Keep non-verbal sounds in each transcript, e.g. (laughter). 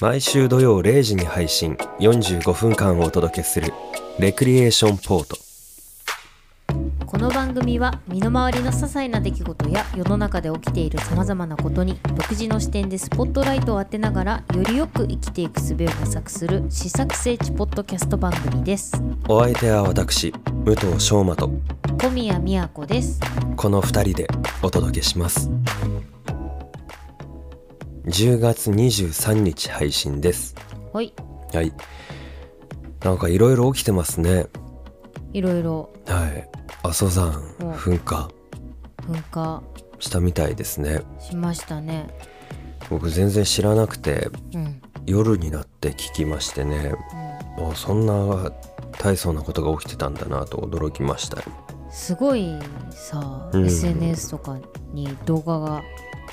毎週土曜0時に配信45分間をお届けする「レクリエーションポートこの番組は身の回りの些細な出来事や世の中で起きているさまざまなことに独自の視点でスポットライトを当てながらよりよく生きていく術を模索する試作聖地ポッドキャスト番組です」お相手は私武藤翔馬と小宮宮子ですこの2人でお届けします10月23日配信ですはいはいなんかいろいろ起きてますねいろいろはい阿蘇山うん噴火噴火したみたいですねしましたね僕全然知らなくてうん、夜になって聞きましてねあそんな大層なことが起きてたんだなと驚きましたようんすごいさ、うん SNS とかに動画が、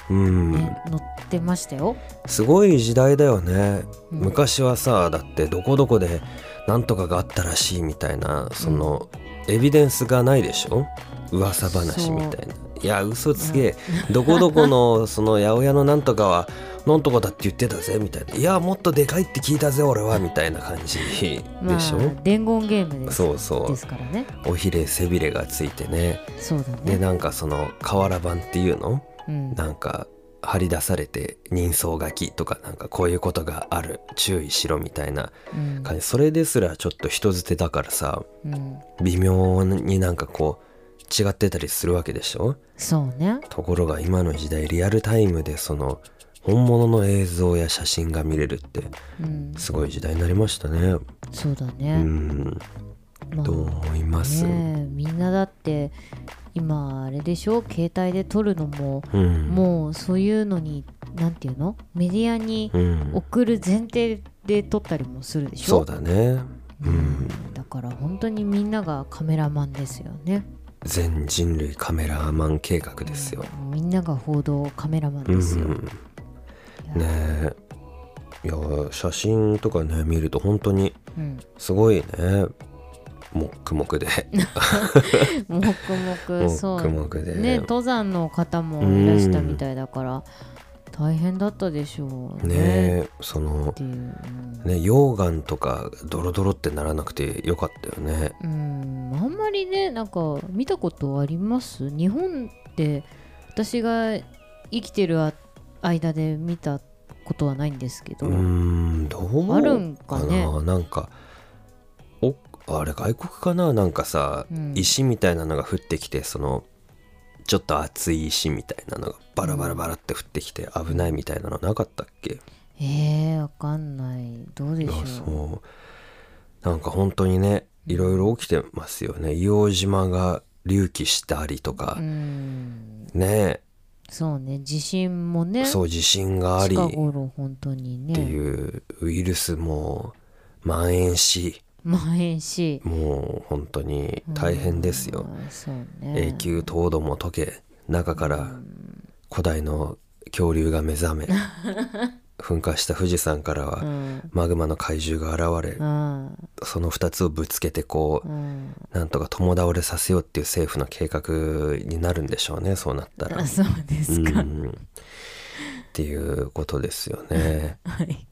うん、ね載ってましたよ、すごい時代だよね、うん昔はさだってどこどこでなんとかがあったらしいみたいなその、エビデンスがないでしょ噂話みたいないや嘘つけ、どこどこのその八百屋のなんとかはなんとかだって言ってたぜみたいないやもっとでかいって聞いたぜ俺はみたいな感じでましょ、あ、伝言ゲームですそうそですからねうおひれ背びれがついてねそうだでねなんかその瓦版っていうのうんなんか張り出されて人相書きとかなんかこういうことがある注意しろみたいなうん感じそれですらちょっと人捨てだからさうん、微妙になんかこう違ってたりするわけでしょそうねところが今の時代リアルタイムでその本物の映像や写真が見れるってうんすごい時代になりましたねそうだうね、んまあどう思います、ねえみんなだって今あれでしょ携帯で撮るのも、うんもうそういうのになんていうのメディアにうん送る前提で撮ったりもするでしょそうだねうんだから本当にみんながカメラマンですよね全人類カメラマン計画ですよみんなが報道カメラマンですよ、うんうんうん、ねえいや写真とかね見ると本当にうんすごいねもっくも (laughs) くでもくももくそっうくもくでね登山の方もいらしたみたいだから大変だったでしょうねねえそのっていう、うんね溶岩とかドロドロってならなくてよかったよねうんあんまりねなんか見たことあります日本って私が生きてるあ間で見たことはないんですけうど、ーんどうあるんかねかななんかおあれ外国かななんかさ、うん石みたいなのが降ってきてそのちょっと熱い石みたいなのがバラバラバラって降ってきて危ないみたいなのなかったっけえー、わかんないどうでしょあうそうなんか本当にねいろいろ起きてますよね硫黄島が隆起したりとかう、んねそうね地震もねそう地震があり近っ頃本当にてねいうウイルスも蔓延し蔓延しもう本当に大変ですよ、うんそうね永久凍土も溶け中から古代の恐竜が目覚 (laughs) め噴火した富士山からうはんマグマの怪獣が現れうんその2つをぶつけてこううんなんとか共倒れさせようっていう政府の計画になるんでしょうねそうなったらあ。そうですか、うんっていうことですよね。はい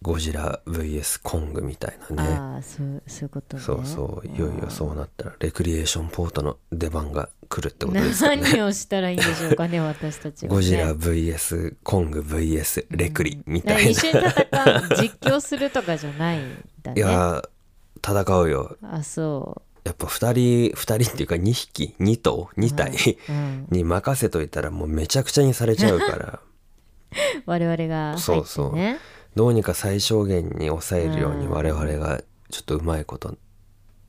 ゴジラ VS コングみたいなね。ああそうそういうことねそうそういよいよそうなったらレクリエーションポートの出番が来るってこと (laughs) ですよね。何をしたらいいんでしょうかね私たちは、ね、ゴジラ VS コング VS レクリみたいな。一緒に戦う実況するとかじゃないんだいねやー戦うよ。あそやっぱ2人2人っていうか2匹2頭2体う、うん、に任せといたらもうめちゃくちゃにされちゃうから。 (laughs) 我々が入って、ね、そうそうどうにか最小限に抑えるようにうん我々がちょっとうまいこと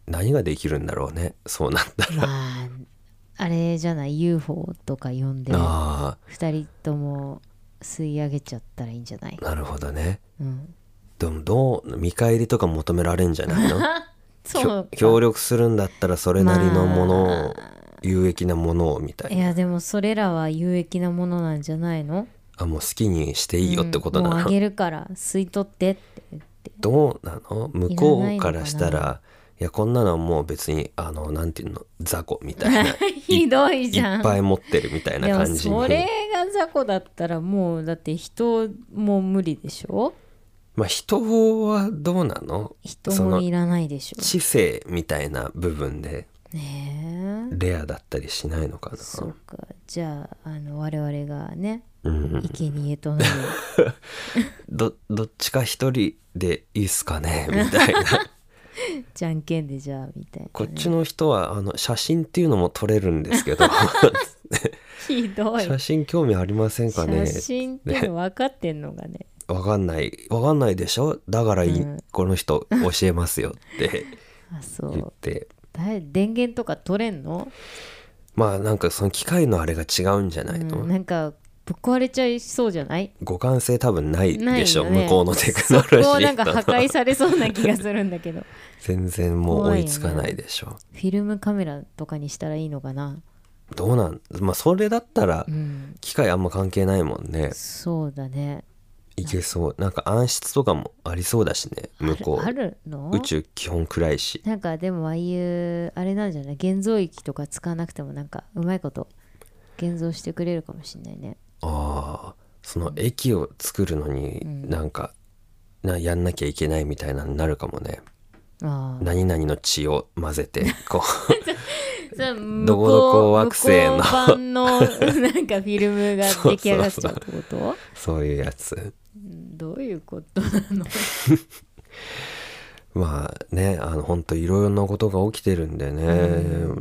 何ができるんだろうねそうなったら、まああれじゃない UFO とか呼んであ二人とも吸い上げちゃったらいいんじゃないあ、なるほどねうん、でもどう見返りとか求められんじゃないのきそょう協力力するんだったらそれなりのものを、ま有益なものをみたいいなやでもそれらは有益なものなんじゃないのあもう好きにしていいよってことうんなもうあの、げるから吸い取ってって言ってどうなの向こうからしたいらないのからいやこんなのもう別にあのなんていうの雑魚みたいなひどいい (laughs) じゃんっぱい持ってるみたいなでも感じにそれが雑魚だったらもうだって人も無理でしょまあ人はどうなの人そものいらないでしょ知性みたいな部分でうねえレアだったりしないのかなそうかじゃああの我々がねうん、生贄となる (laughs) どどっちか一人でいいっすかねみたいなじゃんけんでじゃあみたいな、ね、こっちの人はあの写真っていうのも撮れるんですけど (laughs) ひどい写真興味ありませんかね写真っていうの分かってんのがねわかんないわかんないでしょだからいい、うんこの人教えますよってあそ言っうてだい電源とか取れんの、まあなんかその機械のあれが違うんじゃないの、うんなんかぶっ壊れちゃいそうじゃない互換性多分ないでしょ、ないよね向こうのテクノロジーそこをなんかと破壊されそうな気がするんだけど (laughs) 全然もう追いつかないでしょ、フィルムカメラとかにしたらいいのかなどうなんまあそれだったらうん機械あんま関係ないもんね、そうだねいけそうなんか暗室とかもありそうだしね向こあるあるのう宇宙基本暗いしなんかでもああいうあれなんじゃない現像液とか使わなくてもなんかうまいこと現像してくれるかもしんないねああその駅を作るのにうんなんか、なやんなきゃいけないみたいなのになるかもねああ何々の血を混ぜ (laughs) てこどどこどこ惑星の向こう版の (laughs) なんかフィルムが出来上がっちゃうってことうそういうやつどういうことなのまあねあの本当いろいろなことが起きてるんでね、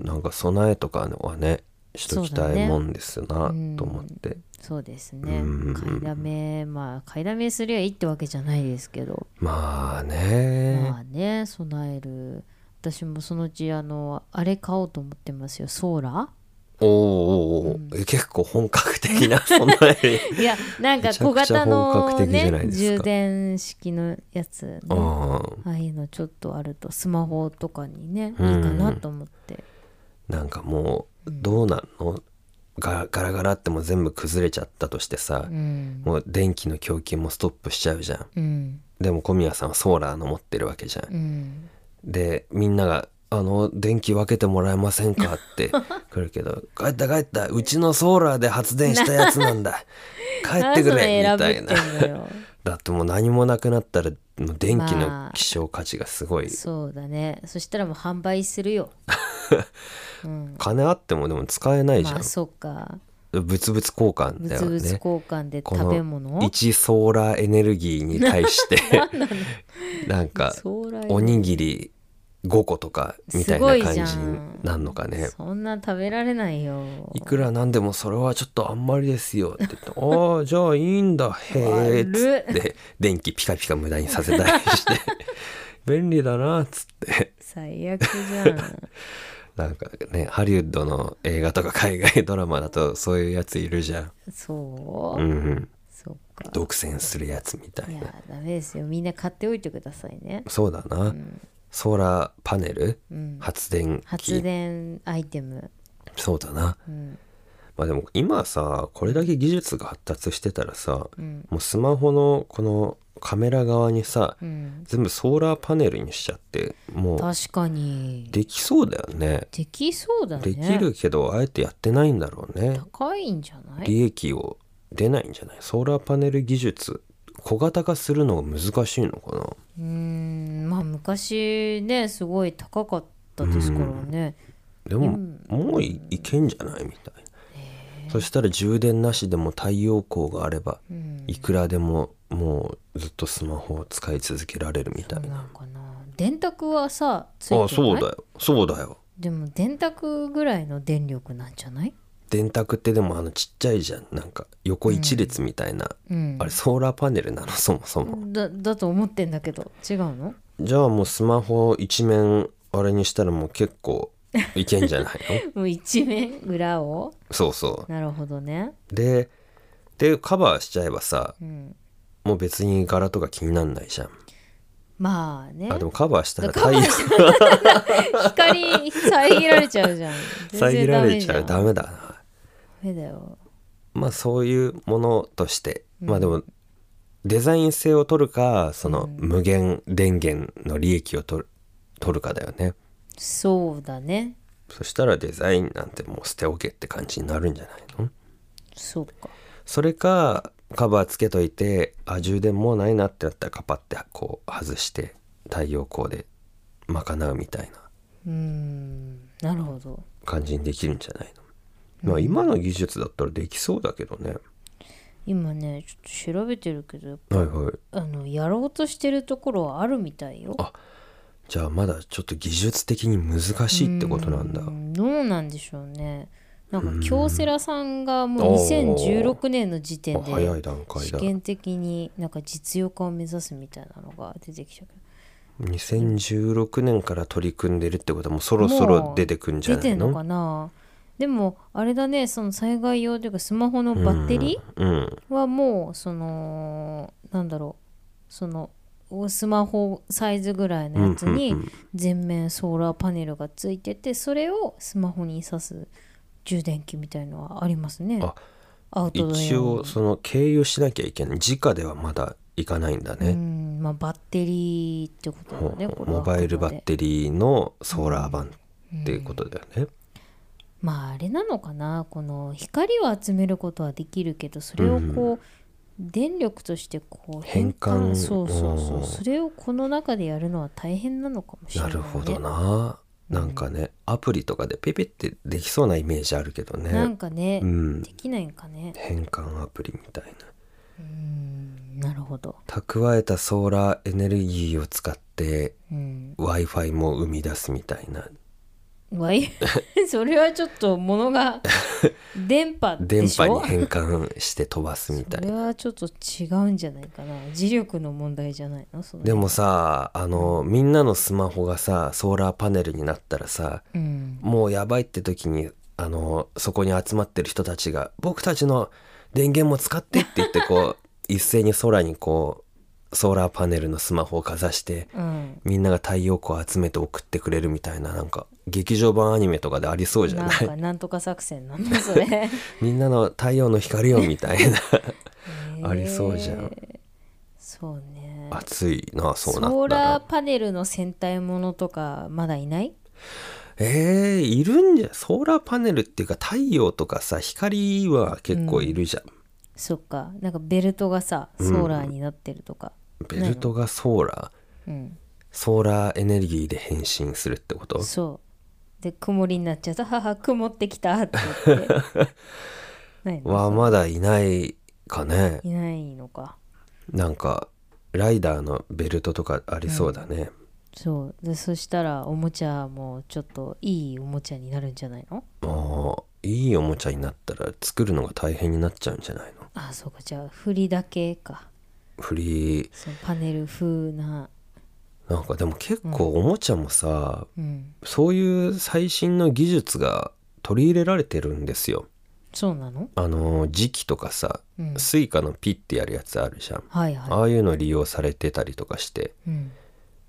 なんか備えとかはねしときそうただねいもんですな、と思ってそうですねうん買いだめまあ買いだめすりゃいいってわけじゃないですけどまあね、まあね備える私もそのうちあのあれ買おうと思ってますよソーラおーおーおーえ結構本格的な (laughs) 備え (laughs) ーいやなんかめちゃ小くちゃ型の本格的じゃないねですか充電式のやつね、うんああいうのちょっとあるとスマホとかにねいいかうんなと思って、なんかもうどうなんのガガラガラってもう全部崩れちゃったとしてさ、うんもう電気の供給もストップしちゃうじゃんうんでも小宮さんはソーラーの持ってるわけじゃん、うんでみんなが「あの電気分けてもらえませんか?」 (laughs) って来るけど「帰った帰ったうちのソーラーで発電したやつなん (laughs) だ帰ってくれ」なみたんでそい選なぶってんのよだってもう何もなくなったらもう電気まあの希少価値がすごい、 (laughs) そうだねそしたらもう販売す (laughs) るよ、うん、金あってもでも使えないじゃん、まあそうか物々交換だよ物々ね交換でこ食のべ物1ソーラーエネルギーに対してなんかソーラーエネルギーおにぎり5個とかみたいな感じになんのかねそんな食べられないよいくらなんでもそれはちょっとあんまりですよって言 (laughs) って「ああじゃあいいんだへえ」っつって電気ピカピカ無駄にさせたりして (laughs) 便利だなっつって最悪じゃん (laughs) なんかねハリウッドの映画とか海外ドラマだとそういうやついるじゃそん、う、うんうん、そっか独占するやつみたいいなやダメですよみんな買っておいてくださいねそうだな、ソーラーパネル、うん発電機発電アイテムそうだなうんまあでも今さこれだけ技術が発達してたらさ、うんもうスマホのこのカメラ側にさ、うん全部ソーラーパネルにしちゃってもう確かにできそうだよねできそうだねできるけどあえてやってないんだろうね高いんじゃない利益を出ないんじゃないソーラーパネル技術小型化するのが難しいのかなうーんまあ昔ねすごい高かったですからねでも、もういいけんじゃないみたいなそしたら充電なしでも太陽光があればうんいくらでももうずっとスマホを使い続けられるみたいななんかな電卓はさついてないあそうだよそうだよでも電卓ぐらいの電力なんじゃない電卓ってでもあのちっちゃいじゃんなんか横一列みたいな、うんあれソーラーパネルなの (laughs) そもそも、だだと思ってんだけど違うのじゃあもうスマホ一面あれにしたらもう結構いけんじゃない (laughs) のもう一面裏をそうそなるほどねうででカバーしちゃえばさうんもう別に柄とか気になんないじゃんまあねあでもカバーしたらカ太バー陽光遮られちゃう (laughs) じゃん遮られちゃう全然ダメメだなじゃんダメだよまあそういうものとして、まあでもデザイン性を取るかその無限電源の利益を取る取るかだよねそうだねそしたらデザインなんてもう捨ておけって感じになるんじゃないのそうかそれかカバーつけといてあ充電もうないなってなったらカパってこう外して太陽光で賄うみたいなうんなるほど感じにできるんじゃないの、まあ、今の技術だったらできそうだけどね、今ねちょっと調べてるけどはいはいあのやろうとしてるところはあるみたいよあじゃあまだちょっと技術的に難しいってことなんだうんどうなんでしょうねなんか京セラさんがもう2016年の時点で早い段階試だ験的になんか実用化を目指すみたいなのが出てきたけど2016年から取り組んでるってことはもうそろそろ出てくんじゃな出ていんののかなでもあれだねその災害用というかスマホのバッテリうん、うんーはもうそのなんだろうそのスマホサイズぐらいのやつにうんうんうん全面ソーラーパネルがついててそれをスマホに挿す充電器みたいのはありますねあアウトドア用に一応その経由しなきゃいけない直ではまだいかないんだうね、んまあバッテリーってことだねほこうれはモバイルバッテリーのソーラー版うんっていうことだよね、まああれなのかなこの光を集めることはできるけどそれをこう、電力としてこう変換そうそうそおーうそれをこの中でやるのは大変なのかもしれなない、ね、るほどななんかね、アプリとかでピピってできそうなイメージあるけどなねんかね、うんできないんかね変換アプリみたいなうんなるほど、蓄えたソーラーエネルギーを使ってうん w i f i も生み出すみたいなわい (laughs) それはちょっとものが電波で電し波にょ変換して飛ばすみたそいれなはちょっと違うんじゃないかな磁力の問題じゃないのそのでもさあのみんなのスマホがさソーラーパネルになったらさうんもうやばいって時にあのそこに集まってる人たちが「僕たちの電源も使って」って言ってこう (laughs) 一斉に空にこうソーラーパネルのスマホをかざしてうんみんなが太陽光を集めて送ってくれるみたいななんか劇場版アニメとかでありそうじゃなんないかなんとか作戦なんだそれみんなの太陽の光よみた (laughs) いなありそうじゃんえーそうね暑いなそうなったらソーラーパネルの戦隊ものとかまだいないえー、いるんじゃソーラーパネルっていうか太陽とかさ光は結構いるじゃん、そっかなんかベルトがさソーラーになってるとか、ベルトがソーラーうんソーラーエネルギーで変身するってことそうで曇りになっちゃったはは曇ってきたって言って (laughs) ないのはまだいないかねいないのかなんかライダーのベルトとかありそうだね、そうでそしたらおもちゃもちょっといいおもちゃになるんじゃないのもういいおもちゃになったら作るのが大変になっちゃうんじゃないのあそうかじゃあ振りだけかフリーそのパネル風ななんかでも結構おもちゃもさ、うんそういう最新の技術が取り入れられてるんですよそうなのあの磁気とかさ、うんスイカのピッてやるやつあるじゃん、はいはいああいうの利用されてたりとかしてうん、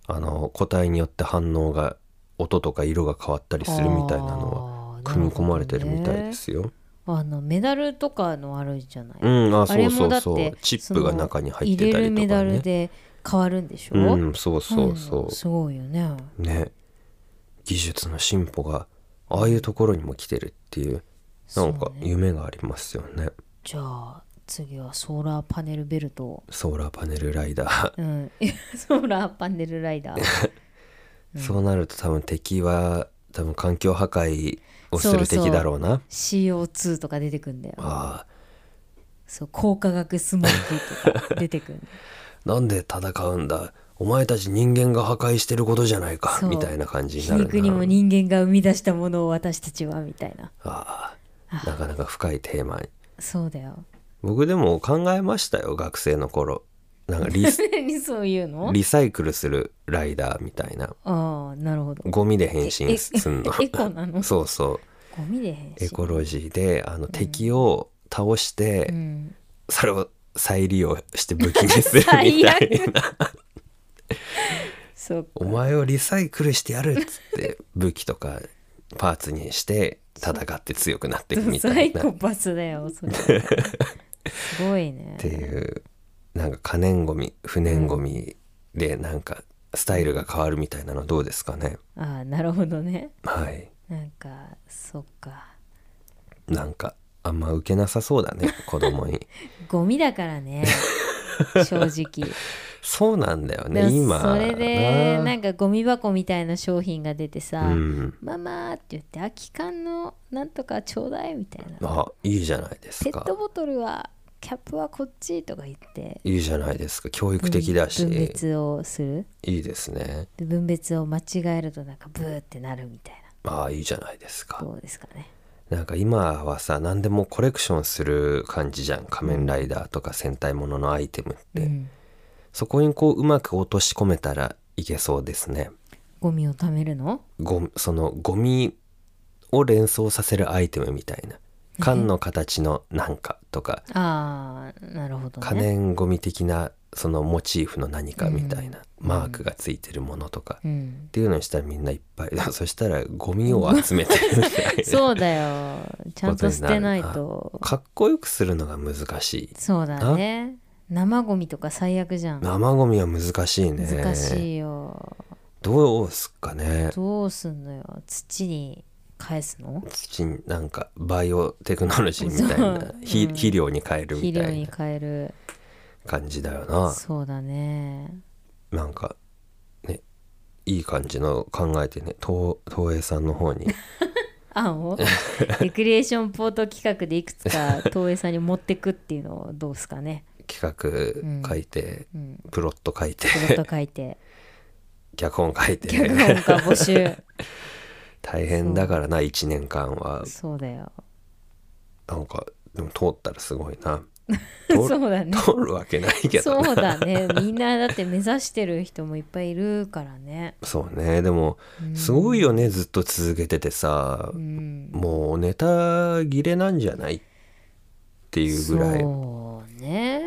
あの個体によって反応が音とか色が変わったりするみたいなのあはー組み込まれてるみたいで、すよ。なるほどねあのメダルとかのあるじゃない、うんああそれうもそだうってそうチップが中に入ってたその入れりるとメかダルね。で変わるんでしょ、うんそうそうそんすごいよねう。ね技術の進歩がああいうところにも来てるっていうなんそかうね夢がありますよね。じゃあ次はソーラーパネルベルトをソーラーパネルライダー。うん (laughs) ソーラーパネルライダーそうなると多分敵は多分環境破壊をするそうそ敵うだろうな。 CO2 とか出てくんだよあそう光化学スモッグとか出てくんあなんで戦うんだお前たち人間が破壊してることじゃないかそうみたいな感じに皮なるな肉にも人間が生み出したものを私たちはみたいなああなかなか深いテーマにそうだよ (laughs) 僕でも考えましたよ学生の頃なんかリ (laughs) 何そういうのリサイクルするライダーみたいなああなるほどゴミで変身えすんのエコなのそうそゴミで変うエ身コロジーであの敵を倒して、うん、それを再利用して武器にするみたい最な悪そうお前をリサイクルしてやるっつって武器とかパーツにして戦って強くなっていくみたサいイなコっパスだよそれすごい (laughs) ねていうなんか可燃ごみ不燃ごみでなんかスタイルが変わるみたいなのどうですかねああなるほどねはいなんかそっかなんかあんま受けなさそうだね子供にゴミだか (laughs) らね正直そうなんだよでもね今それでななんかゴミ箱みたいな商品が出てさ「うん、ママ」って言って「空き缶のなんとかちょうだい」みたいなあいいじゃないで「ペすッかトボトルはキャップはこっち」とか言っていいじゃないですか教育的だし分別をするいいですねで分別を間違えるとなんかブーってなるみたいああいいじゃないですなかどうですかねなんか今はさ何でもコレクションする感じじゃん仮面ライダーとか戦隊もののアイテムって、うんそこにこううまく落とし込めたらいけそうですねゴミを貯めるのゴミそのゴミを連想させるアイテムみたいな缶の形のなんかとかああなるほど可ね、燃ゴミ的なそのモチーフの何かみたいなマークがついてるものとかっ (laughs) うん、ていうのにしたらみんないっぱい (laughs) でもそしたらゴミを集めてる (laughs) みたいなそうだよちゃんと捨てないとかっこよくするのが難しいそうだね生ゴミとか最悪じゃん生ゴミは難しいね難しいよどうすっかねどうすんのよ土に返すの土になんかバイオテクノロジーみたいそなう (laughs) ひうん肥料に変えるみ肥料たにいな変える感じだよなそうだねなんかねいい感じの考えてね東東映さんの方 (laughs) に (laughs) 案をレクリエーションポート企画でいくつか東映さんに持ってくっていうのをどうすかね、企画書いて、うん、プロット書いてプロット書いて脚本書い脚て本家募集 (laughs) 大変だからな1年間はそうだよなんかでも通ったらすごい (laughs) なそう通るだね通るわけないけどなそうだねみんなだって目指してる人もいっぱいいるからねそうねでもすごいよねずっと続けててさ、うんもうネタ切れなんじゃないっていうぐらいそうね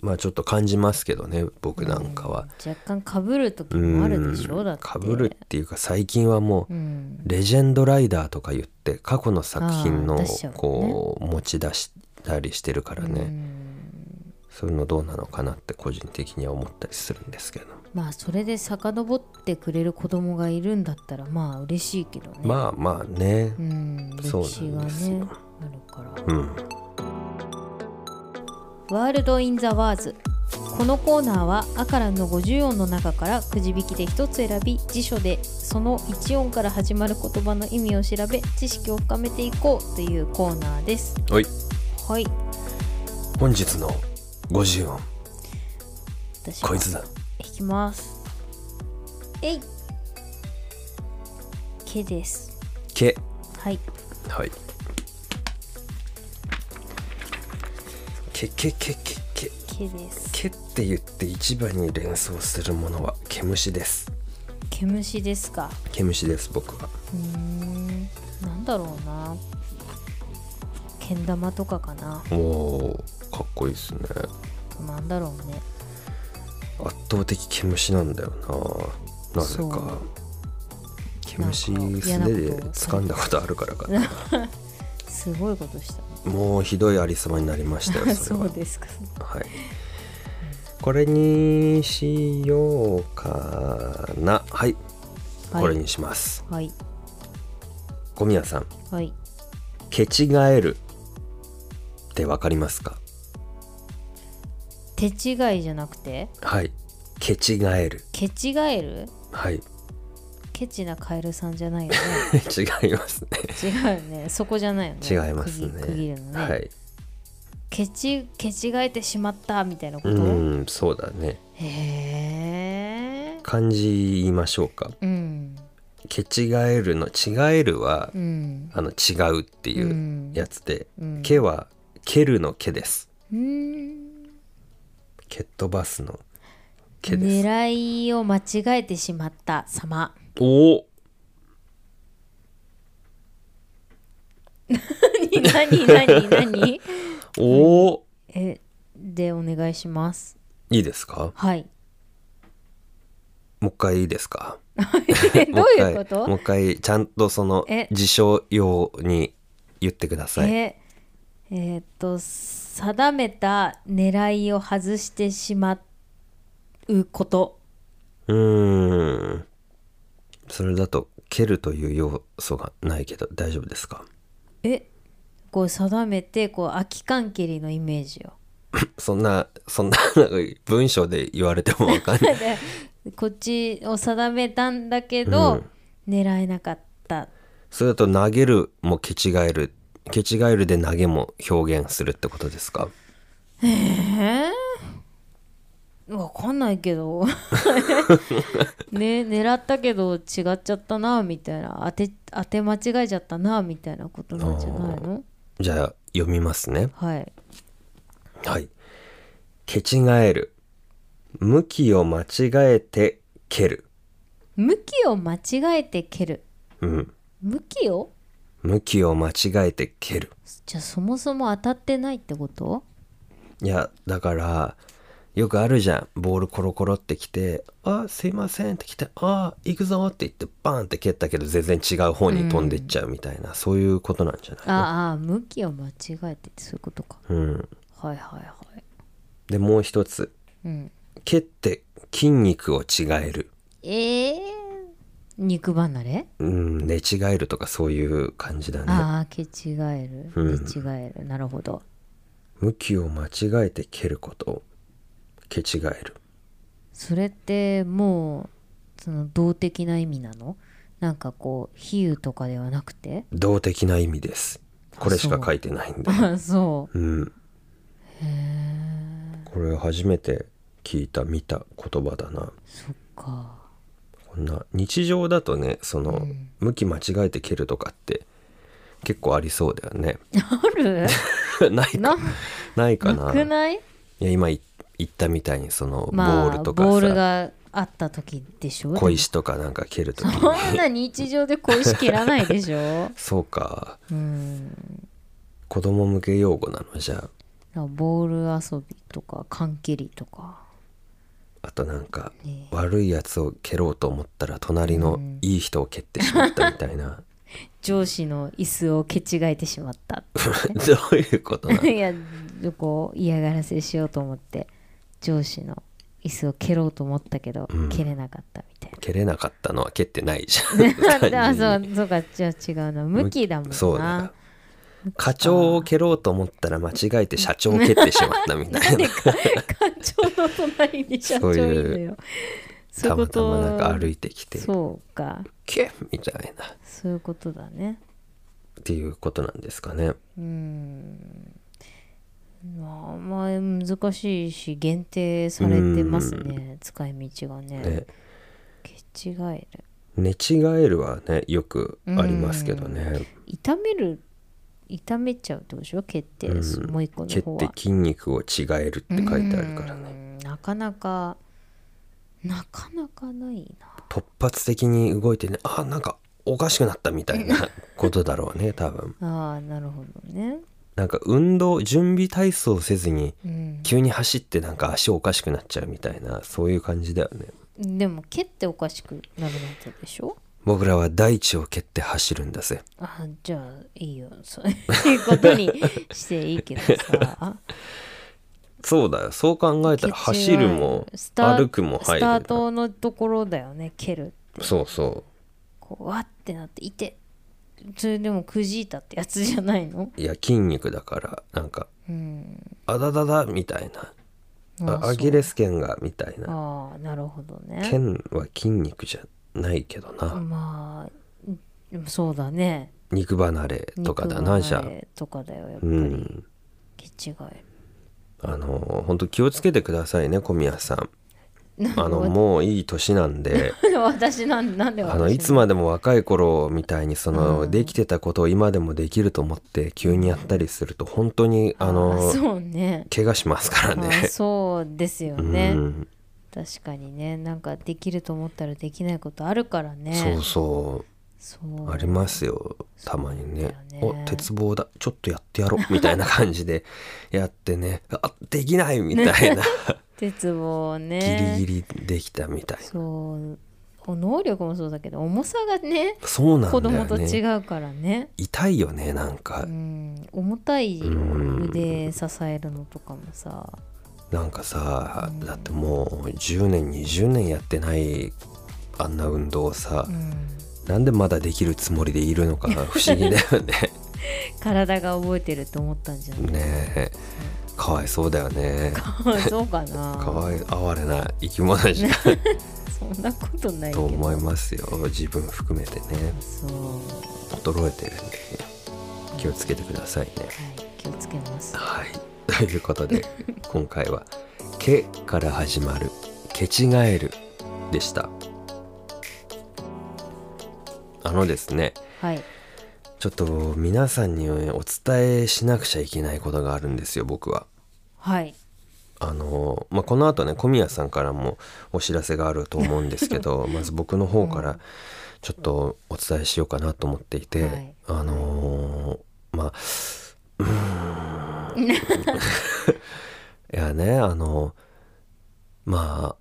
まあちょっと感じますけどね僕なんかは。若干かぶる時うんもあるでしょだってかぶるっていうか最近はもううんレジェンドライダーとか言って過去の作品あのー出しちゃうねこう持ち出したりしてるからうねんそういうのどうなのかなって個人的には思ったりするんですけどまあそれで遡ってくれる子供がいるんだったらまあ嬉しいけどねまあまあねうん歴そう史ながんですねよあるからうんワールド・イン・ザ・ワーズこのコーナーはアカランの50音の中からくじ引きで1つ選び辞書でその1音から始まる言葉の意味を調べ知識を深めていこうというコーナーですはいはい本日の50音私こはいつだきますえい「け」ですけはいはいけけけけけ「け」ですけって言って一番に連想するものは毛虫です「けむし」ですか毛虫です僕はうーんなんだろうなけん玉とかかなおーかっこいいですねなんだろうね圧倒的毛虫なんだよななぜそうか毛虫なんか素嫌なこ手とで掴んだことあるからかなすごいことしたねもうひどいありさまになりました (laughs) よそれはですか。はいこれにしようかなはい、はいこれにしますはい。小宮さんはい。ケチガエルってわかりますか手違いじゃなくて、はいケチガエルケチガエルはい (laughs) ケチなカエルさんじゃないよね。違いますね違うよね。そこじゃないよね。違いますね区切区切るのね、はいケチ、ケチがえてしまったみたいなこうと。んそうだねへえ。漢字言いましょうかうん。ケチガエルの「違えるは」うん。あの違うっていうんやつでうん「け」は「蹴る」の「け」ですうん。蹴っ飛ばすの「け」です狙いを間違えてしまった (laughs) 様。おお何何何何？おおえ、でお願いします。いいですか (laughs) はい。もう一回いいですかえどういうこもう一回と？もう一回ちゃんとそのえ辞書用に言ってくださいええーっと定めた狙いを外してしまうことうーんそれだと「蹴る」という要素がないけど大丈夫ですかえこう定めてこう空き缶蹴りのイメージを (laughs) そんなそんな文章で言われてもわかんない (laughs) こっちを定めたんだけど、狙えなかったそれだと投げるもケチガエルケチガエルで投げも表現するってことですかえー、わかんないけ (laughs) どね狙ったけど違っちゃったなみたいな当て当て間違えちゃったなみたいなことなんじゃないのじゃあ読みますねはいはいケチガエル向きを間違えて蹴る向きを間違えて蹴るうん向きを向きを間違えて蹴るじゃあそもそも当たってないって (laughs) こといやだからよくあるじゃんボールコロコロってきて「あすいません」って来て「あ行くぞ」って言ってバーンって蹴ったけど全然違う方に飛んでっちゃうみたいな、そういうことなんじゃないああ向きを間違えてってそういうことかうん、はいはいはいでもう一つうん蹴って筋肉を違える、えー、肉離れうん、寝違えるとかそういう感じだねああ、毛違える。うん寝違える。なるほど。向きを間違えて蹴ること蹴違えるそれってもう、その動的な意味なのなんかこう、比喩とかではな (laughs) くて動的な意味ですこれしか書いてないんであそうんこれ初めて聞いた見た言葉だなう。そっか。こんな日常だとねその、向き間違えて蹴るとかって結構ありそうだよ (laughs) ねあるないなかないかななくないいや今い言ったみたいにそのボまあ、ールとかさ、ボールがあった時でしょ小石とかなんか蹴るときでも (laughs) そんな日常で小石切らないで (laughs) しょそうかうん。子供向け用語なのじゃあボール遊びとか、缶蹴りとか。あとなんか、ね悪いやつを蹴ろうと思ったら隣のいい人を蹴ってしまったみたいな、 (laughs) 上司の椅子を蹴違えてしまったっていうねどういうことなの (laughs) いやこう嫌がらせしようと思って上司の椅子を蹴ろうと思ったけど、うん蹴れなかったみたい蹴れなかったのは蹴ってないじゃん (laughs) なあ単 (laughs) そ純にうそうかじゃあ違うな向きだもんなそうだ課長を蹴ろうと思ったら間違えて社長を蹴ってしまったみたいな (laughs) 課長の隣に社長いるのよたそういうまこたとまなんか歩いてきてそうか「蹴!」みたいなっそういうことだねていうことなんですかねうんまあまあ難しいし限定されてますね使い道がねね蹴違える寝違えるはねよくありますけどね痛める痛めちゃうってことでしょ決定です、うんもう一個の蹴っ方ては筋肉を違えるって書いてあるからうねんなかなかなかなかないな突発的に動いてねあなんかおかしくなったみたいなことだろうね (laughs) 多分あーなるほどね、なんか運動準備体操せずにうん、急に走ってなんか足おかしくなっちゃうみたいなそういう感じだよねでも蹴っておかしくなるわけでしょ僕らは大地を蹴って走るんだぜあじゃあいいよそういうことにしていいけどさそう (laughs) だよそう考えたら走るもスタ歩くも入スるタなートのところだよね蹴るそうそこうわってなっていてそれでもくじいたってやつじゃないのういや筋肉だからなんかうんあだだだみたいなあそうアキレス腱がみたいなああなるほどね腱は筋肉じゃないけどな、まあでもそうだね肉離れとかだな肉じゃ離あれとかだよやっぱうり、ん気違いあの本当気をつけてくださいね小宮さんなんであのもういい年なん (laughs) で私なんなんで私あのいつまでも若い頃みたいにその、うんできてたことを今でもできると思って急にやったりすると本当にあのそうね怪我しますからあね。そうですようね、ん、確かにねなんかできると思ったらできないことあるからねそうそそううありますよたまにねそうだよおね鉄棒だちょっとやってやろ (laughs) うみたいな感じでやってねあできないみた (laughs) いな鉄棒ねギリギリできたみたいそうお能力もそうだけど重さがねなそうな子んだ供とよ違ねうからね痛いよねなんかうん、重たい腕支えるのとかもさ、なんかさだってもう10年20年やってないあんな運動をさ、うん (laughs) なんでまだできるつもりでいるのか不思議だよね体が覚えてると思ったんじゃ (laughs) ないねえかわいそうだよねそうかなかわい哀れな生き物じゃないそんなことないけとど思いますよ自分含めてねそうは衰えてるんで気をつけてくださいねい気をつけますはいということで今回は「け」から始まる「けちがえる」でしたあのですねはいちょっと皆さんにお伝えしなくちゃいけないことがあるんですよ僕は。はいあのまあ、この後ね小宮さんからもお知らせがあると思うんですけ (laughs) どまず僕の方からちょっとお伝えしようかなと思っていて、はいあのーまあ (laughs) (laughs) うーんいやねあのまあ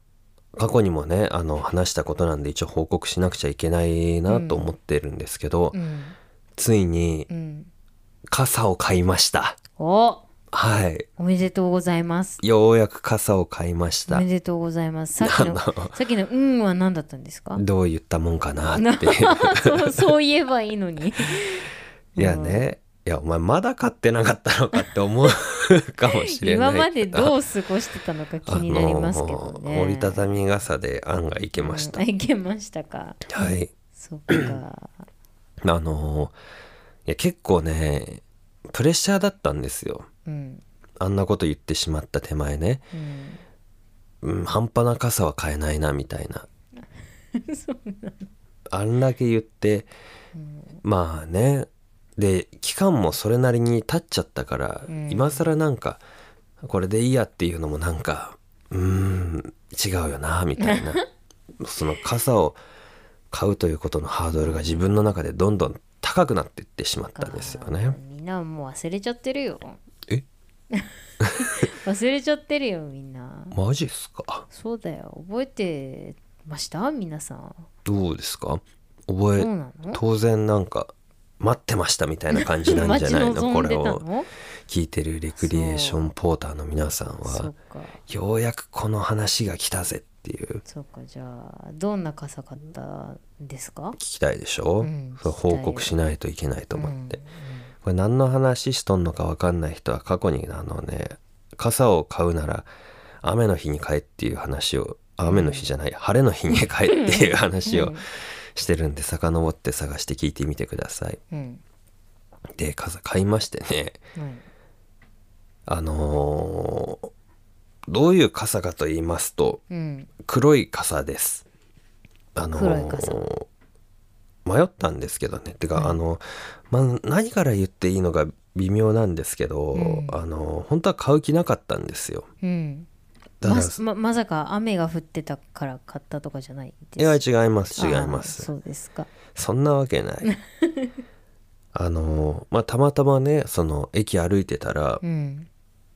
過去にもねあの話したことなんで一応報告しなくちゃいけないなと思ってるんですけど、うんついにうん傘を買いました。おはいおめでとうございますようやく傘を買いましおため。でとうございますさっきのなんさっきの「うん」は何だったんですかどう言ったもんかなっていうそうそう言えばいいのに (laughs) いやねいやお前まだ買ってなかったのかって思うかもしれない今までどうう過ごしてたのか気になりますけどね、折りたたみ傘で案がいけました、うんいけましたかはいそっかあのーいや結構ねプレッシャーだったんですようんあんなこと言ってしまった手前ね、うんうん、半端な傘は買えないなみたい (laughs) なあんだけ言って、まあねで期間もそれなりに経っちゃったから、うん今更なんかこれでいいやっていうのもなんかうーん違うよなみたい (laughs) なその傘を買うということのハードルが自分の中でどんどん高くなっていってしまったんですよね。みんなもう忘れちゃってるよえ (laughs) 忘れちゃってるよみんなマジっすかそうだよ覚えてました皆さんどうですか覚えそうなの当然なんか待ってましたみたいな感じなんじゃない待ちの望こんでれたのを聞いてるレクリエーションポーターの皆さんそはっかようやくこの話が来たぜっていうそっかじゃあどんな傘買ったんですか聞きたいでしょ、うんそれ聞きたいよ報告しないといけないと思って、うんこれ何の話しとんのか分かんない人は過去にあのね傘を買うなら雨の日に買えっていう話を雨の日じゃない晴れの日に買えっていう話をしてるんで遡って探して聞いてみてください。うん、で傘買いましてねはいあのーどういう傘かと言いますとうん、黒い傘です。あのー黒い傘迷ったんですけどねてか、うんあの、まあ、何から言っていいのか微妙なんですけど、うんあの本当は買う気なかったんですよ。うんただまままさか雨が降ってたから買ったとかじゃないいや違います違いまあーすそうですかそんなわけない (laughs) あのまあたまたまねその駅歩いてたら、うん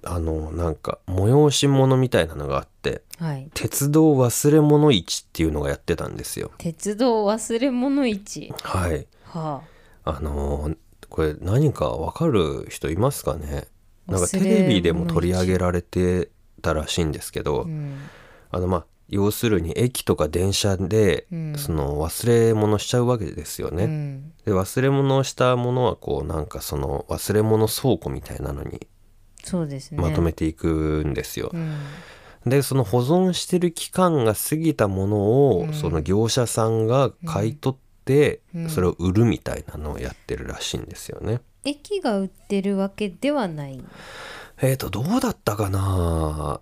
あのなんか催し物みたいなのがあってはい鉄道忘れ物市っていうのがやってたんですよ鉄道忘れ物市はいはあのーこれ何かわかる人いますかねなんか忘れテ物市レビでも取り上げられてたらしいんですけあ、ど、うん、あのまあ要するに駅とか電車で、うんその忘れ物しちゃうわけですよね、うんで忘れ物をしたものはこうなんかその忘れ物倉庫みたいなのにそうですねまとめていくんですよ、うんでその保存してる期間が過ぎたものを、うんその業者さんが買い取って、うんそれを売るみたいなのをやってるらしいんですよね。駅が売ってるわけではない、えー、とどうだったかな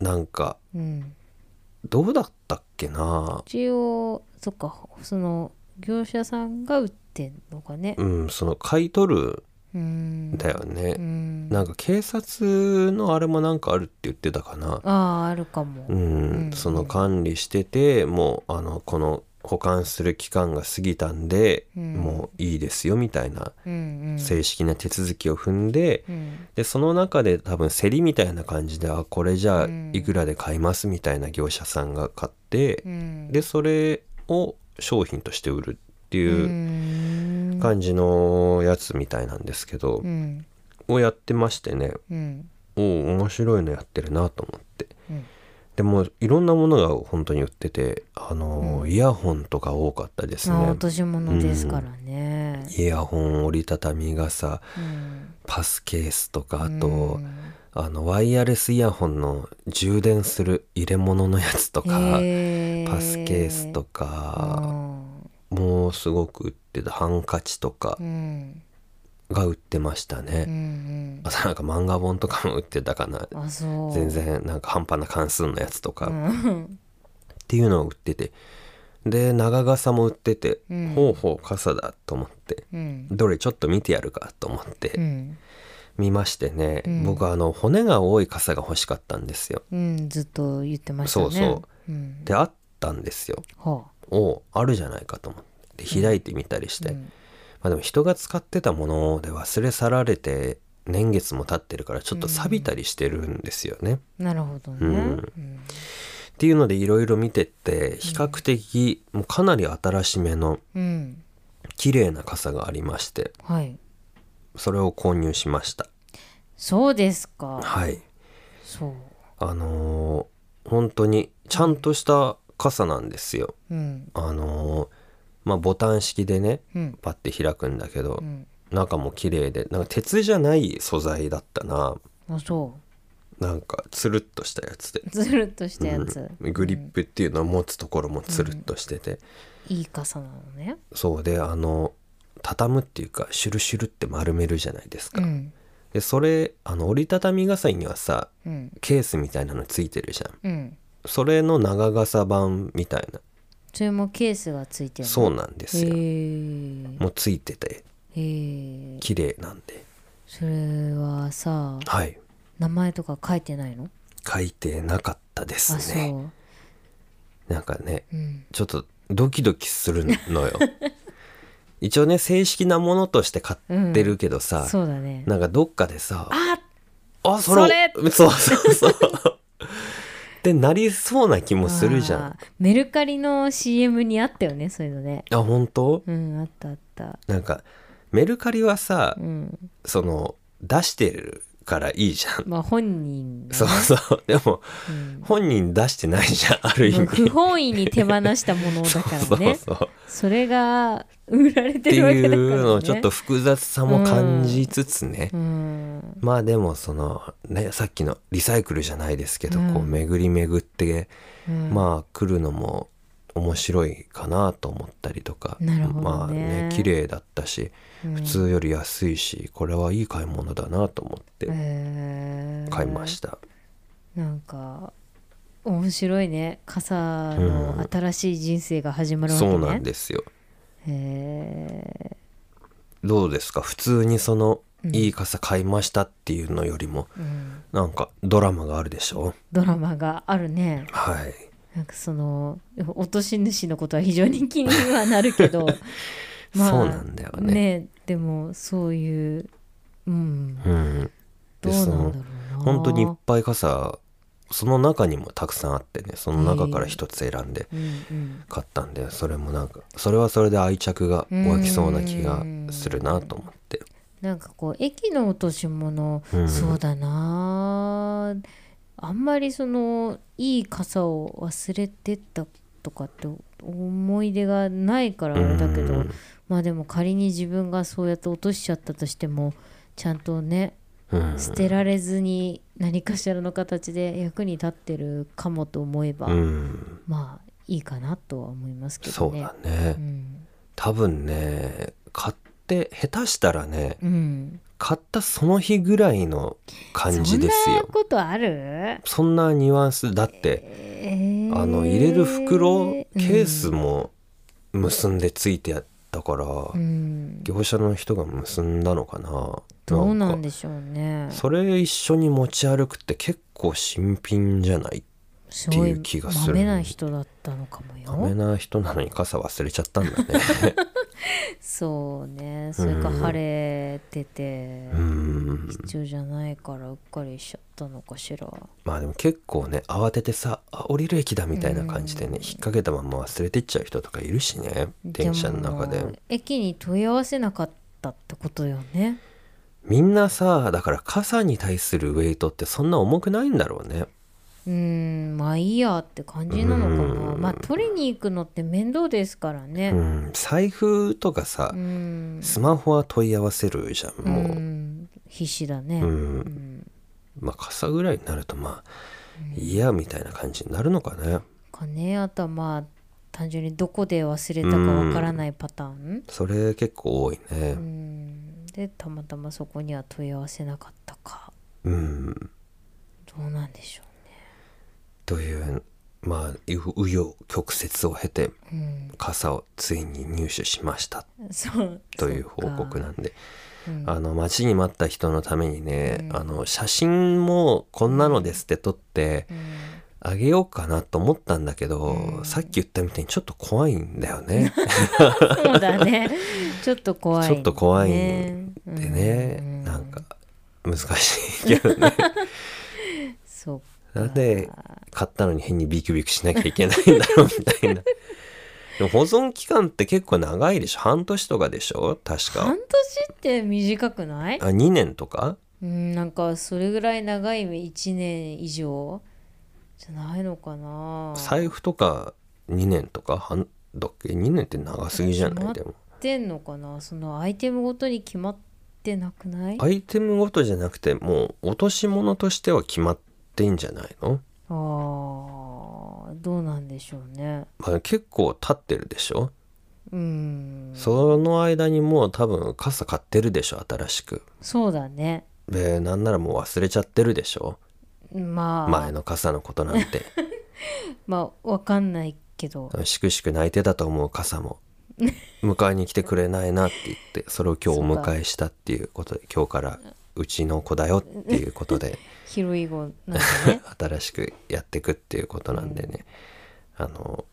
なんかうん、どうだったっけな一応そっかその業者さんが売ってんのかねうんその買い取るうんんだようね。んなんか警察のあれもなんかあるって言ってたかな。あああるかも、うん、うんその管理しててもうあのこの保管する期間が過ぎたんで、うんもういいですよみたいなうんうん正式な手続きを踏んで、うんでその中で多分競りみたいな感じであこれじゃあうんいくらで買いますみたいな業者さんが買ってう、んでそれを商品として売るってういうん感じのやつみたいなんですけどう、んをやってましてねうんおお面白いのやってるなと思って。うんでもいろんなものが本当に売っててあのー、イヤホンとか多かったですまあね落とし物ですからね、ねイヤホン折りたたみ傘うんパスケースとかあと、うんあのワイヤレスイヤホンの充電する入れ物のやつとか、へパスケースとか、もうすごく売ってたハンカチとかうんが売ってましたうんうね、んあとなんか漫画本とかも売ってたかなうんあそう全然なんか半端な関数のやつとか、うっんていうのを売っててで長傘も売ってて、うんほうほう傘だと思ってうんどれちょっと見てやるかと思って、うん見ましてね、うん僕あの骨が多い傘が欲しかったんですようんずっと言ってましたね、そうそうん、であったんですよはおあるじゃないかと思ってで開いてみたりしあて、まあ、でも人が使ってたもので忘れ去られて年月も経ってるからちょっと錆びたりしてるんですよね、っなるほどね、うんうんていうのでいろいろ見てって比較的もうかなり新しめのうん綺麗な傘がありましてはいそれを購入しましたそうですかはいそうあのー本当にちゃんとした傘なんですようんあのーまあボタン式でねうんパッて開くんだけど、うん中も綺麗でなんか鉄じゃない素材だったなあそなんかつるっとしたやつでう (laughs) ずるっとしたやつ、うんグリップっていうのは持つところもつるっとしてて、いい傘なのねそうであの畳むっていうかシュルシュルって丸めるじゃないですうか、んでそれあの折りたたみ傘にはさうんケースみたいなのついてるじゃんうんそれの長傘版みたいなそれもケースがついてるのそうなんですよ、へもうついててえへえ綺麗なんでそれはさはい名前とか書いてないの書いてなかったであすそねうなんかねうんちょっとドキドキするの (laughs) よ一応ね正式なものとして買ってるけどさ、そうだねなんかどっかでさああそれそそうそうそう (laughs) ってなりそうな気もするじゃんあーメルカリの CM にあったよねそういうのねあ本当うんあったあったなんかメルカリはさ、うんその出してるからいいじゃん、まあ本人がねそうそうでもうん本人出してないじゃんある意もう不味本意に手放したものだからねそそうそうそうれが売られってているわけだからねうのをちょっと複雑さも感じつつね、うんまあでもそのねさっきのリサイクルじゃないですけど、うんこう巡り巡って、うんまあ来るのも面白いかなと思ったりとか、なるほどねまあね綺麗だったし普通より安いし、これはいい買い物だなと思ってへー買いました、なんか面白いね傘の新しい人生が始まるわけね、そうなんですよへどうですか普通にそのうんいい傘買いましたっていうのよりもーうんなんかドラマがあるでしょドラマがあるねはいなんかその落とし主のことは非常に気にはなる (laughs) けどそうなんだよねでもそういううんうんどでうなんそだろのうな本当にいっぱい傘その中にもたくさんあってねその中から一つ選んでうんうん買ったんでそれもなんかそれはそれで愛着が湧きそうな気がするなと思ってなんかこう駅の落とし物、うんそうだなあんまりそのいい傘を忘れてったとかって思い出がないからあれだけど、うんまあでも仮に自分がそうやって落としちゃったとしてもちゃんとねうん捨てられずに何かしらの形で役に立ってるかもと思えば、うんまあいいかなとは思いますけそどうね。だねうん多分ね買って下手したらねうん、買ったその日ぐらいの感じですそんなよことあるそんなニュアンスだってえーあの入れる袋ケースも結んでついてやったから、うんうん業者の人が結んだのかなどうなんかでしょうねそれ一緒に持ち歩くって結構新品じゃないすごっていいう気がするめな人だったのかもダメよな人なのに傘忘れちゃったんだね (laughs) そうねそれかうん晴れててうん必要じゃないからうっかりしちゃったのかしらまあでも結構ね慌ててさあ降りる駅だみたいな感じでね引っ掛けたまま忘れてっちゃう人とかいるしね電車の中でも駅に問い合わせなかったってことよねみんなさだから傘に対するウェイトってそんな重くないんだろうねうーんまあいいやって感じなのかなうんまあ取りに行くのって面倒ですからねうん、財布とかさ、うんスマホは問い合わせるじゃんもう、うん必死だねうんうんまあ傘ぐらいになるとまあ嫌みたいな感じになるのかねかねあとはまあ単純にどこで忘れたかわからないパターンそれ結構多いねうんでたまたまそこには問い合わせなかったかうん、どうなんでしょというまあ紆余曲折を経てううん傘をついに入手しましたそうという報告なんで、そうかうんあの待ちに待った人のためにね、あの写真もこんなのですって撮ってうんあげようかなと思ったんだけど、うんさっき言ったみたいにちょっと怖いんだよね。そうだ (laughs) ね。ちょっと怖い、ちょっと怖いねんでね、うんなんか難しいけどね。そうなんで買ったのに変にビクビクしなきゃいけないんだろうみたい (laughs) な。でも保存期間って結構長いでしょ半年とかでしょ確半か。年って短くないあ2年とかうんなんかそれぐらい長い1年以上じゃないのかな財布とか2年とか半だっけ2年って長すぎじゃないでもってんのかなそのアイテムごとに決まってなくないあアイテムごとじゃなくてもう落とし物としては決まってんじゃないの、あーどうなんでしょうねまあ、結構経ってるでしょうんその間にもう多分傘買ってるでしょ新しくそうだねでなんならもう忘れちゃってるでしょまあ前の傘のことなんてまあわかんないけど多分しくしく泣いてたと思う傘 (laughs) も迎えに来てくれないなって言ってそれを今日お迎えしたっていうことで今日からうちの子だよっていうことで広い語なんだね新しくやっていくっていうことなんでね、あの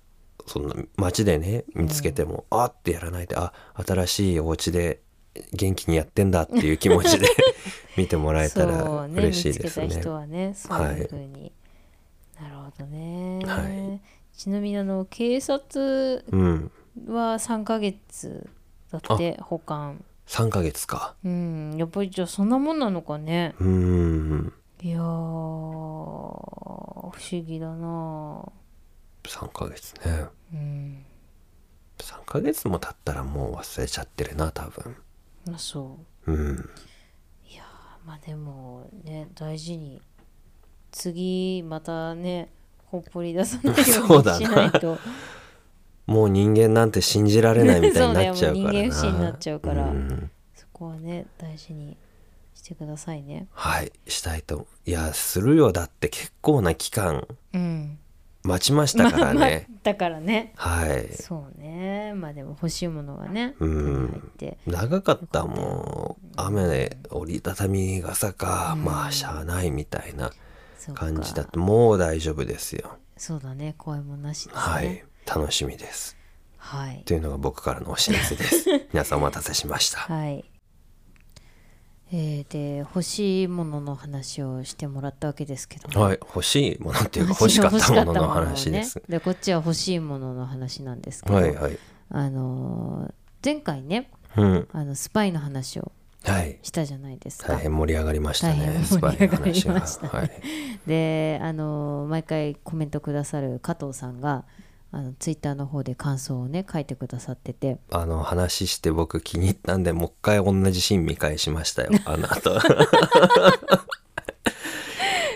そんな街でね見つけても、あーってやらないであ新しいお家で元気にやってんだっていう気持ちで (laughs) 見 (laughs) てもらえたそらうね嬉しいですね見つけた人はねそういうふうに、なるほどね、はちなみにあの警察うんは3ヶ月だって保管3ヶ月かうんやっぱりじゃあそんなもんなのかねうーんいやー不思議だな3ヶ月ねうん3ヶ月も経ったらもう忘れちゃってるな多分まあそううんまあでもね大事に次またねほっぽり出さないよ (laughs) そううにだしなないともう人間なんて信じられないみたいになっちゃうから (laughs) そうねもう人間な不信になっちゃうからんそこはね大事にしてくださいねはいしたいといやするよだって結構な期間うん待ちましたからねまあだからねはいそうねまあでも欲しいものがね手うにん入って長かったもん雨で折りたたみ傘か、まあしゃあないみたいなそうか感じだともう大丈夫ですよそうだね怖いもんなしですねはい楽しみですはいというのが僕からのお知らせです (laughs) 皆さんお待たせしましたはいえーで欲しいものの話をしてもらったわけですけどもはい欲しいもの (laughs) っていうか欲しかったものの話です欲しかったものをねでこっちは欲しいものの話なんですけど、はいはいあのー前回ねうんあのスパイの話をはいしたじゃないですか大変盛り上がりました大ね変スパイの話盛り上がりがましたねはいであの毎回コメントくださる加藤さんがあのツイッターの方で感想をね書いてくださっててあの話して僕気に入ったんでもう一回同じシーン見返しま (laughs) したよあの後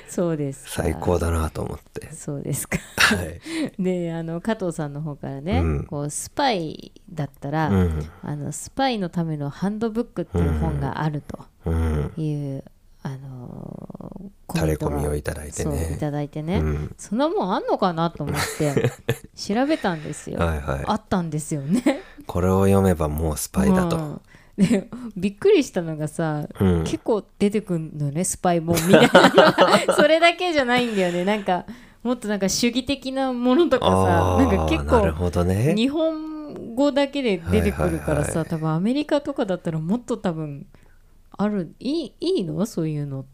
そうですか最高だなと思ってそうですかはい、 (laughs) であの加藤さんの方からね、うんこうスパイだったら、うんあのスパイのためのハンドブックっていう本があるとうん、いう、あのコ垂メれント込がみをいただいてそういねただいてね、うんそんなもんあんのかなと思って (laughs) 調べたんですよ、はいはいあったんですよねこれを読めばもうスパイだと、うんでびっくりしたのがさ、うん結構出てくんのよねスパイもみたい (laughs) なそれだけじゃないんだよねなんかもっとなんか主義的なものとかあさあなんか結なる構ほどね日本語だけで出てくるかはいはらさ、いはい多分アメリカとかだったらもっと多分あるいいいいのそういうの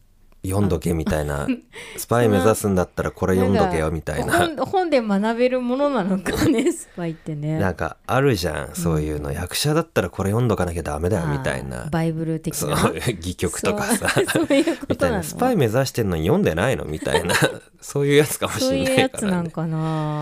読んどけみたいなスパイ目指すんだったらこれ読んどけよみたいな本本で学べるものなの (laughs) かねスパイってねなんかあるじゃんそういうの、役者だったらこれ読んどかなきゃダメだよみたいあなーバイブル的そう (laughs) な戯曲とかさそうそういうこ (laughs) みとたいななのスパイ目指してんのに読んでないのみた (laughs) いなそういうやつかもしそういれうなやいかつならんね。かな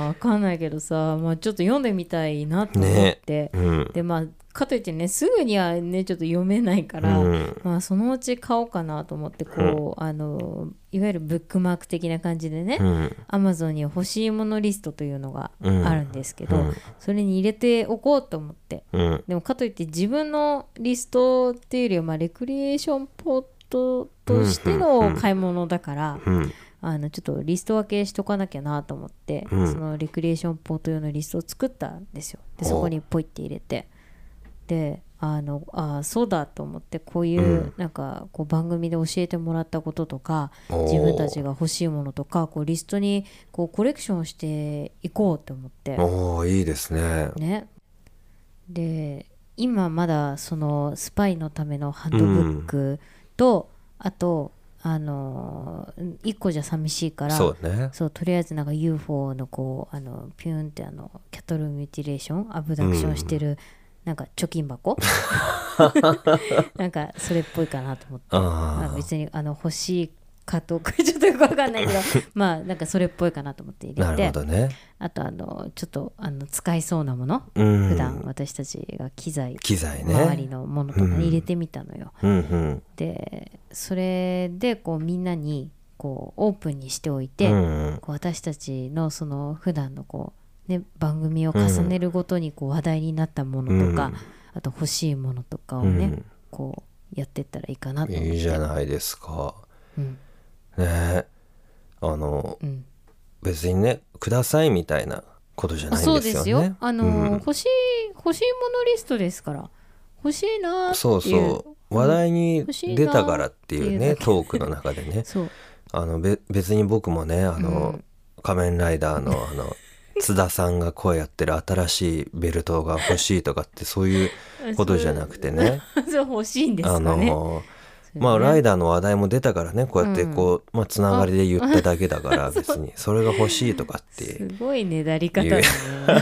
わかんないけどさ、まあ、ちょっと読んでみたいなと思って、うんでまあかといってねすぐにはねちょっと読めないから、うんまあ、そのうち買おうかなと思ってこう、あのいわゆるブックマーク的な感じでね、うんアマゾンには欲しいものリストというのがうんあるんですけど、うんそれに入れておこうと思ってうんでもかといって自分のリストっていうよりはまあレクリエーションポットとしての買い物だから、うんあのちょっとリスト分けしとかなきゃなと思って、うんそのレクリエーションポート用のリストを作ったんですよでそこにポイって入れてであのあーそうだと思ってこういう、うんなんかこう番組で教えてもらったこととかおー自分たちが欲しいものとかこうリストにこうコレクションしていこうと思っておおいいですね。ねで今まだそのスパイのためのハンドブックと、あとあの1個じゃ寂しいからそうね。そうとりあえずなんか UFO のこうあのピューンってあのキャトルミューティレーションアブダクションしてる、なんか貯金箱なんかそれっぽいかなと思ってまああ、あ別にあの欲しいかどうかちょっとよくわかんな (laughs) いけどまあなんかそれっぽいかなと思って入れなるほてどね。あとあのちょっとあの使いそうなもの、うん普段私たちが機材機材ね。周りのものとかに入れてみたのよ。うんうんでそれでこうみんなにこうオープンにしておいて、うんうんこう私たちのその普段のこうね番組を重ねるごとにこう話題になったものとか、うんあと欲しいものとかをね、うんこうやってったらいいかなと思っていいじゃないですか。うんねあのうん別にねくださいみたいなことじゃあないそうんでですよすね。よあのー、うん欲しい欲しいものリストですから欲しいなーっていうそうそう話題に欲しいな出たからっていうっていうだねけトークの中でね (laughs) そうあのべ別に僕もねあの、うん仮面ライダーのあ (laughs) の津田さんが声やってる新しいベルトが欲しいとかってそういうことじゃなくてね (laughs) そう欲しいんですあかね、のまあライダダーの話題も出たからねこうやってこう、まあ、つながりで言っただけだ (laughs) から別にそれが欲しいとかってすごいねだり方だね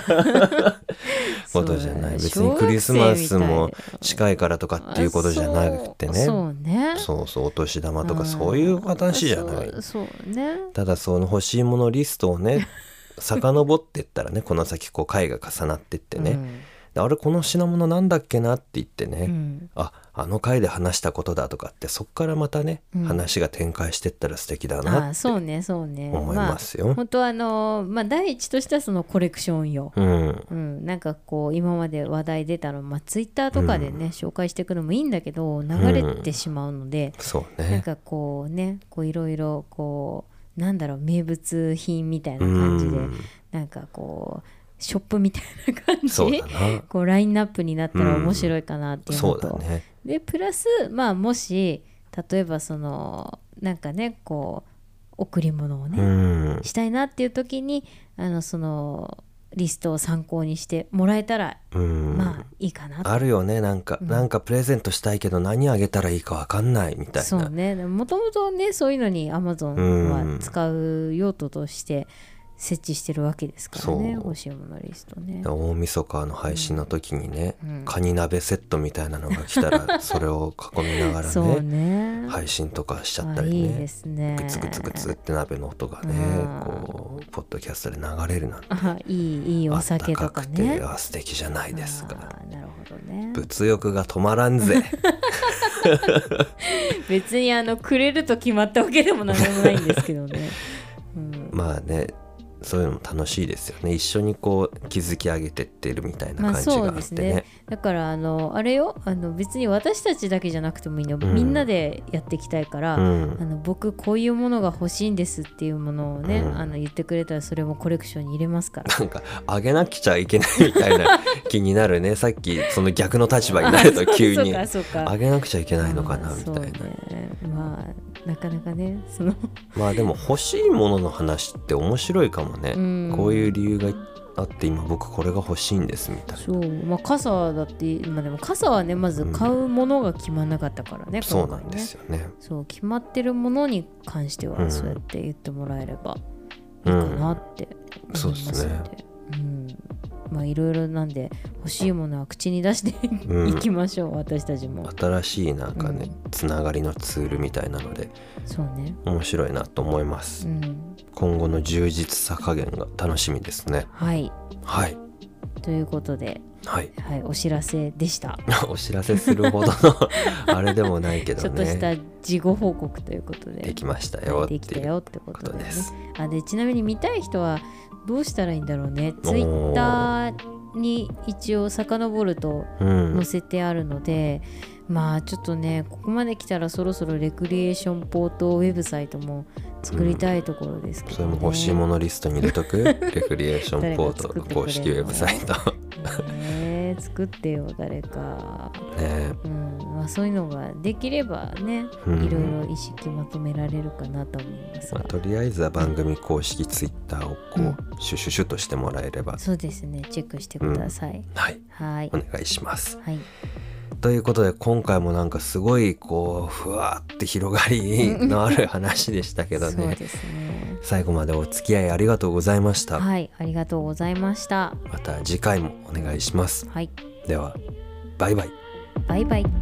(laughs) ことじゃないそ別うにクリスマスも小学生みたいだよ近いからとかっていうことじゃなくてねそうそうねそうそうお年玉とかそういう話じゃないそうそうねただその欲しいものリストを (laughs) ね遡ってったらねこの先こう回が重なってってね、であれこの品物なんだっけなって言ってね、うんうんああの回で話したことだとかってそっからまたね、うん話が展開してったら素敵だあなあそうねそうね思いますよあ、本当はあのーまあ第一としてはそのコレクション用うんうん、なんかこう今まで話題出たの、まあ、ツイッターとかでね、紹介していくのもいいんだけど流れてしまうので、そうなんねかこうねこういろいろこうなんだろう名物品みたいな感じで、うんなんかこうショップみたいな感じそうだ (laughs) なこうラインナップになったら面白いかなっていうそのうと、だねでプラスまあもし例えばそのなんかねこう贈り物をね、うんしたいなっていう時にあのそのリストを参考にしてもらえたら、うん、まあいいかなとあるよねなんか、なんかプレゼントしたいけど何あげたらいいかわかんないみたいそうなねでももともとねそういうのに Amazon は使う用途として設置してるわけですからね、そう欲しいものリストね大晦日の配信の時にね、うんカニ鍋セットみたいなのが来たらそれを囲みながらそうねね、配信とかしちゃっあたりいいねですねグツグツグツって鍋の音がねうんこうポッドキャストで流れるなんてあいいいいお酒とかあったねくてあ素敵じゃないですかあーなるほどね物欲が止まらんぜ (laughs) 別にあのくれると決まったわけでも何でもないんですけど (laughs) ね、うん、まあねそういうのも楽しいですよね一緒にこう築き上げてってるみたいなまあ感じそがあうっですてねね,、だからあのあれよあの別に私たちだけじゃなくてもいいの、んみんなでやっていきたいから、うんあの僕こういうものが欲しいんですっていうものをね、うんあの言ってくれたらそれもコレクションに入れますからなんかあげなくちゃいけないみたい (laughs) な気になるねさっきその逆の立場になると急にあ (laughs) そうかそうかあげなくちゃいけないのかなみたいな、あーそうねまあなかなかねそのまあでも欲しいものの話って面白いかもね、うんこういう理由があって今僕これが欲しいんですみたいなそうまあ傘だって今でも傘はねまず買うものが決まんなかったからね、そうなんですよよねそう決まってるものに関してうはんそうやって言ってもらえればいいかなって思いますそのうですねでうんまあいろいろなんで欲しいものは口に出してうんいきましょう、私たちも新しいなんかねつながりのツールみたいなのでそうね面白いなと思いますうん今後の充実さ加減が楽しみですねはいはいということで、はいはい、お知らせでした、 (laughs) お知らせするほどの (laughs) あれでもないけちどょっとしたね事後報告ということでできましたはよいでっきてたいうよってここととで,、ねですあでちなみに見たい人はどうしたらいいんだろうねおーツイッターに一応遡るとうん載せてあるので、まあちょっとねここまで来たらそろそろレクリエーションポートウェブサイトも作りたいところですけそど、れねも欲しいものリストに入れとく (laughs) レクリエーションポートの公式ウェブサイトね (laughs) 作ってよ誰か、ねうんまあ、そういうのができればね、 (laughs) うんいろいろ意識まとめられるかなと思いますまあ、が、とりあえずは番組公式ツイッターをこうシュシュシュとしてもらえればそうですねチェックしてください、はいはいお願いしますはいということで今回もなんかすごいこうふわって広がりのある話でしたけどそうねですね最後までお付き合いありがとうございました、はいありがとうございましたまた次回もお願いしますはいではバイバイバイバイ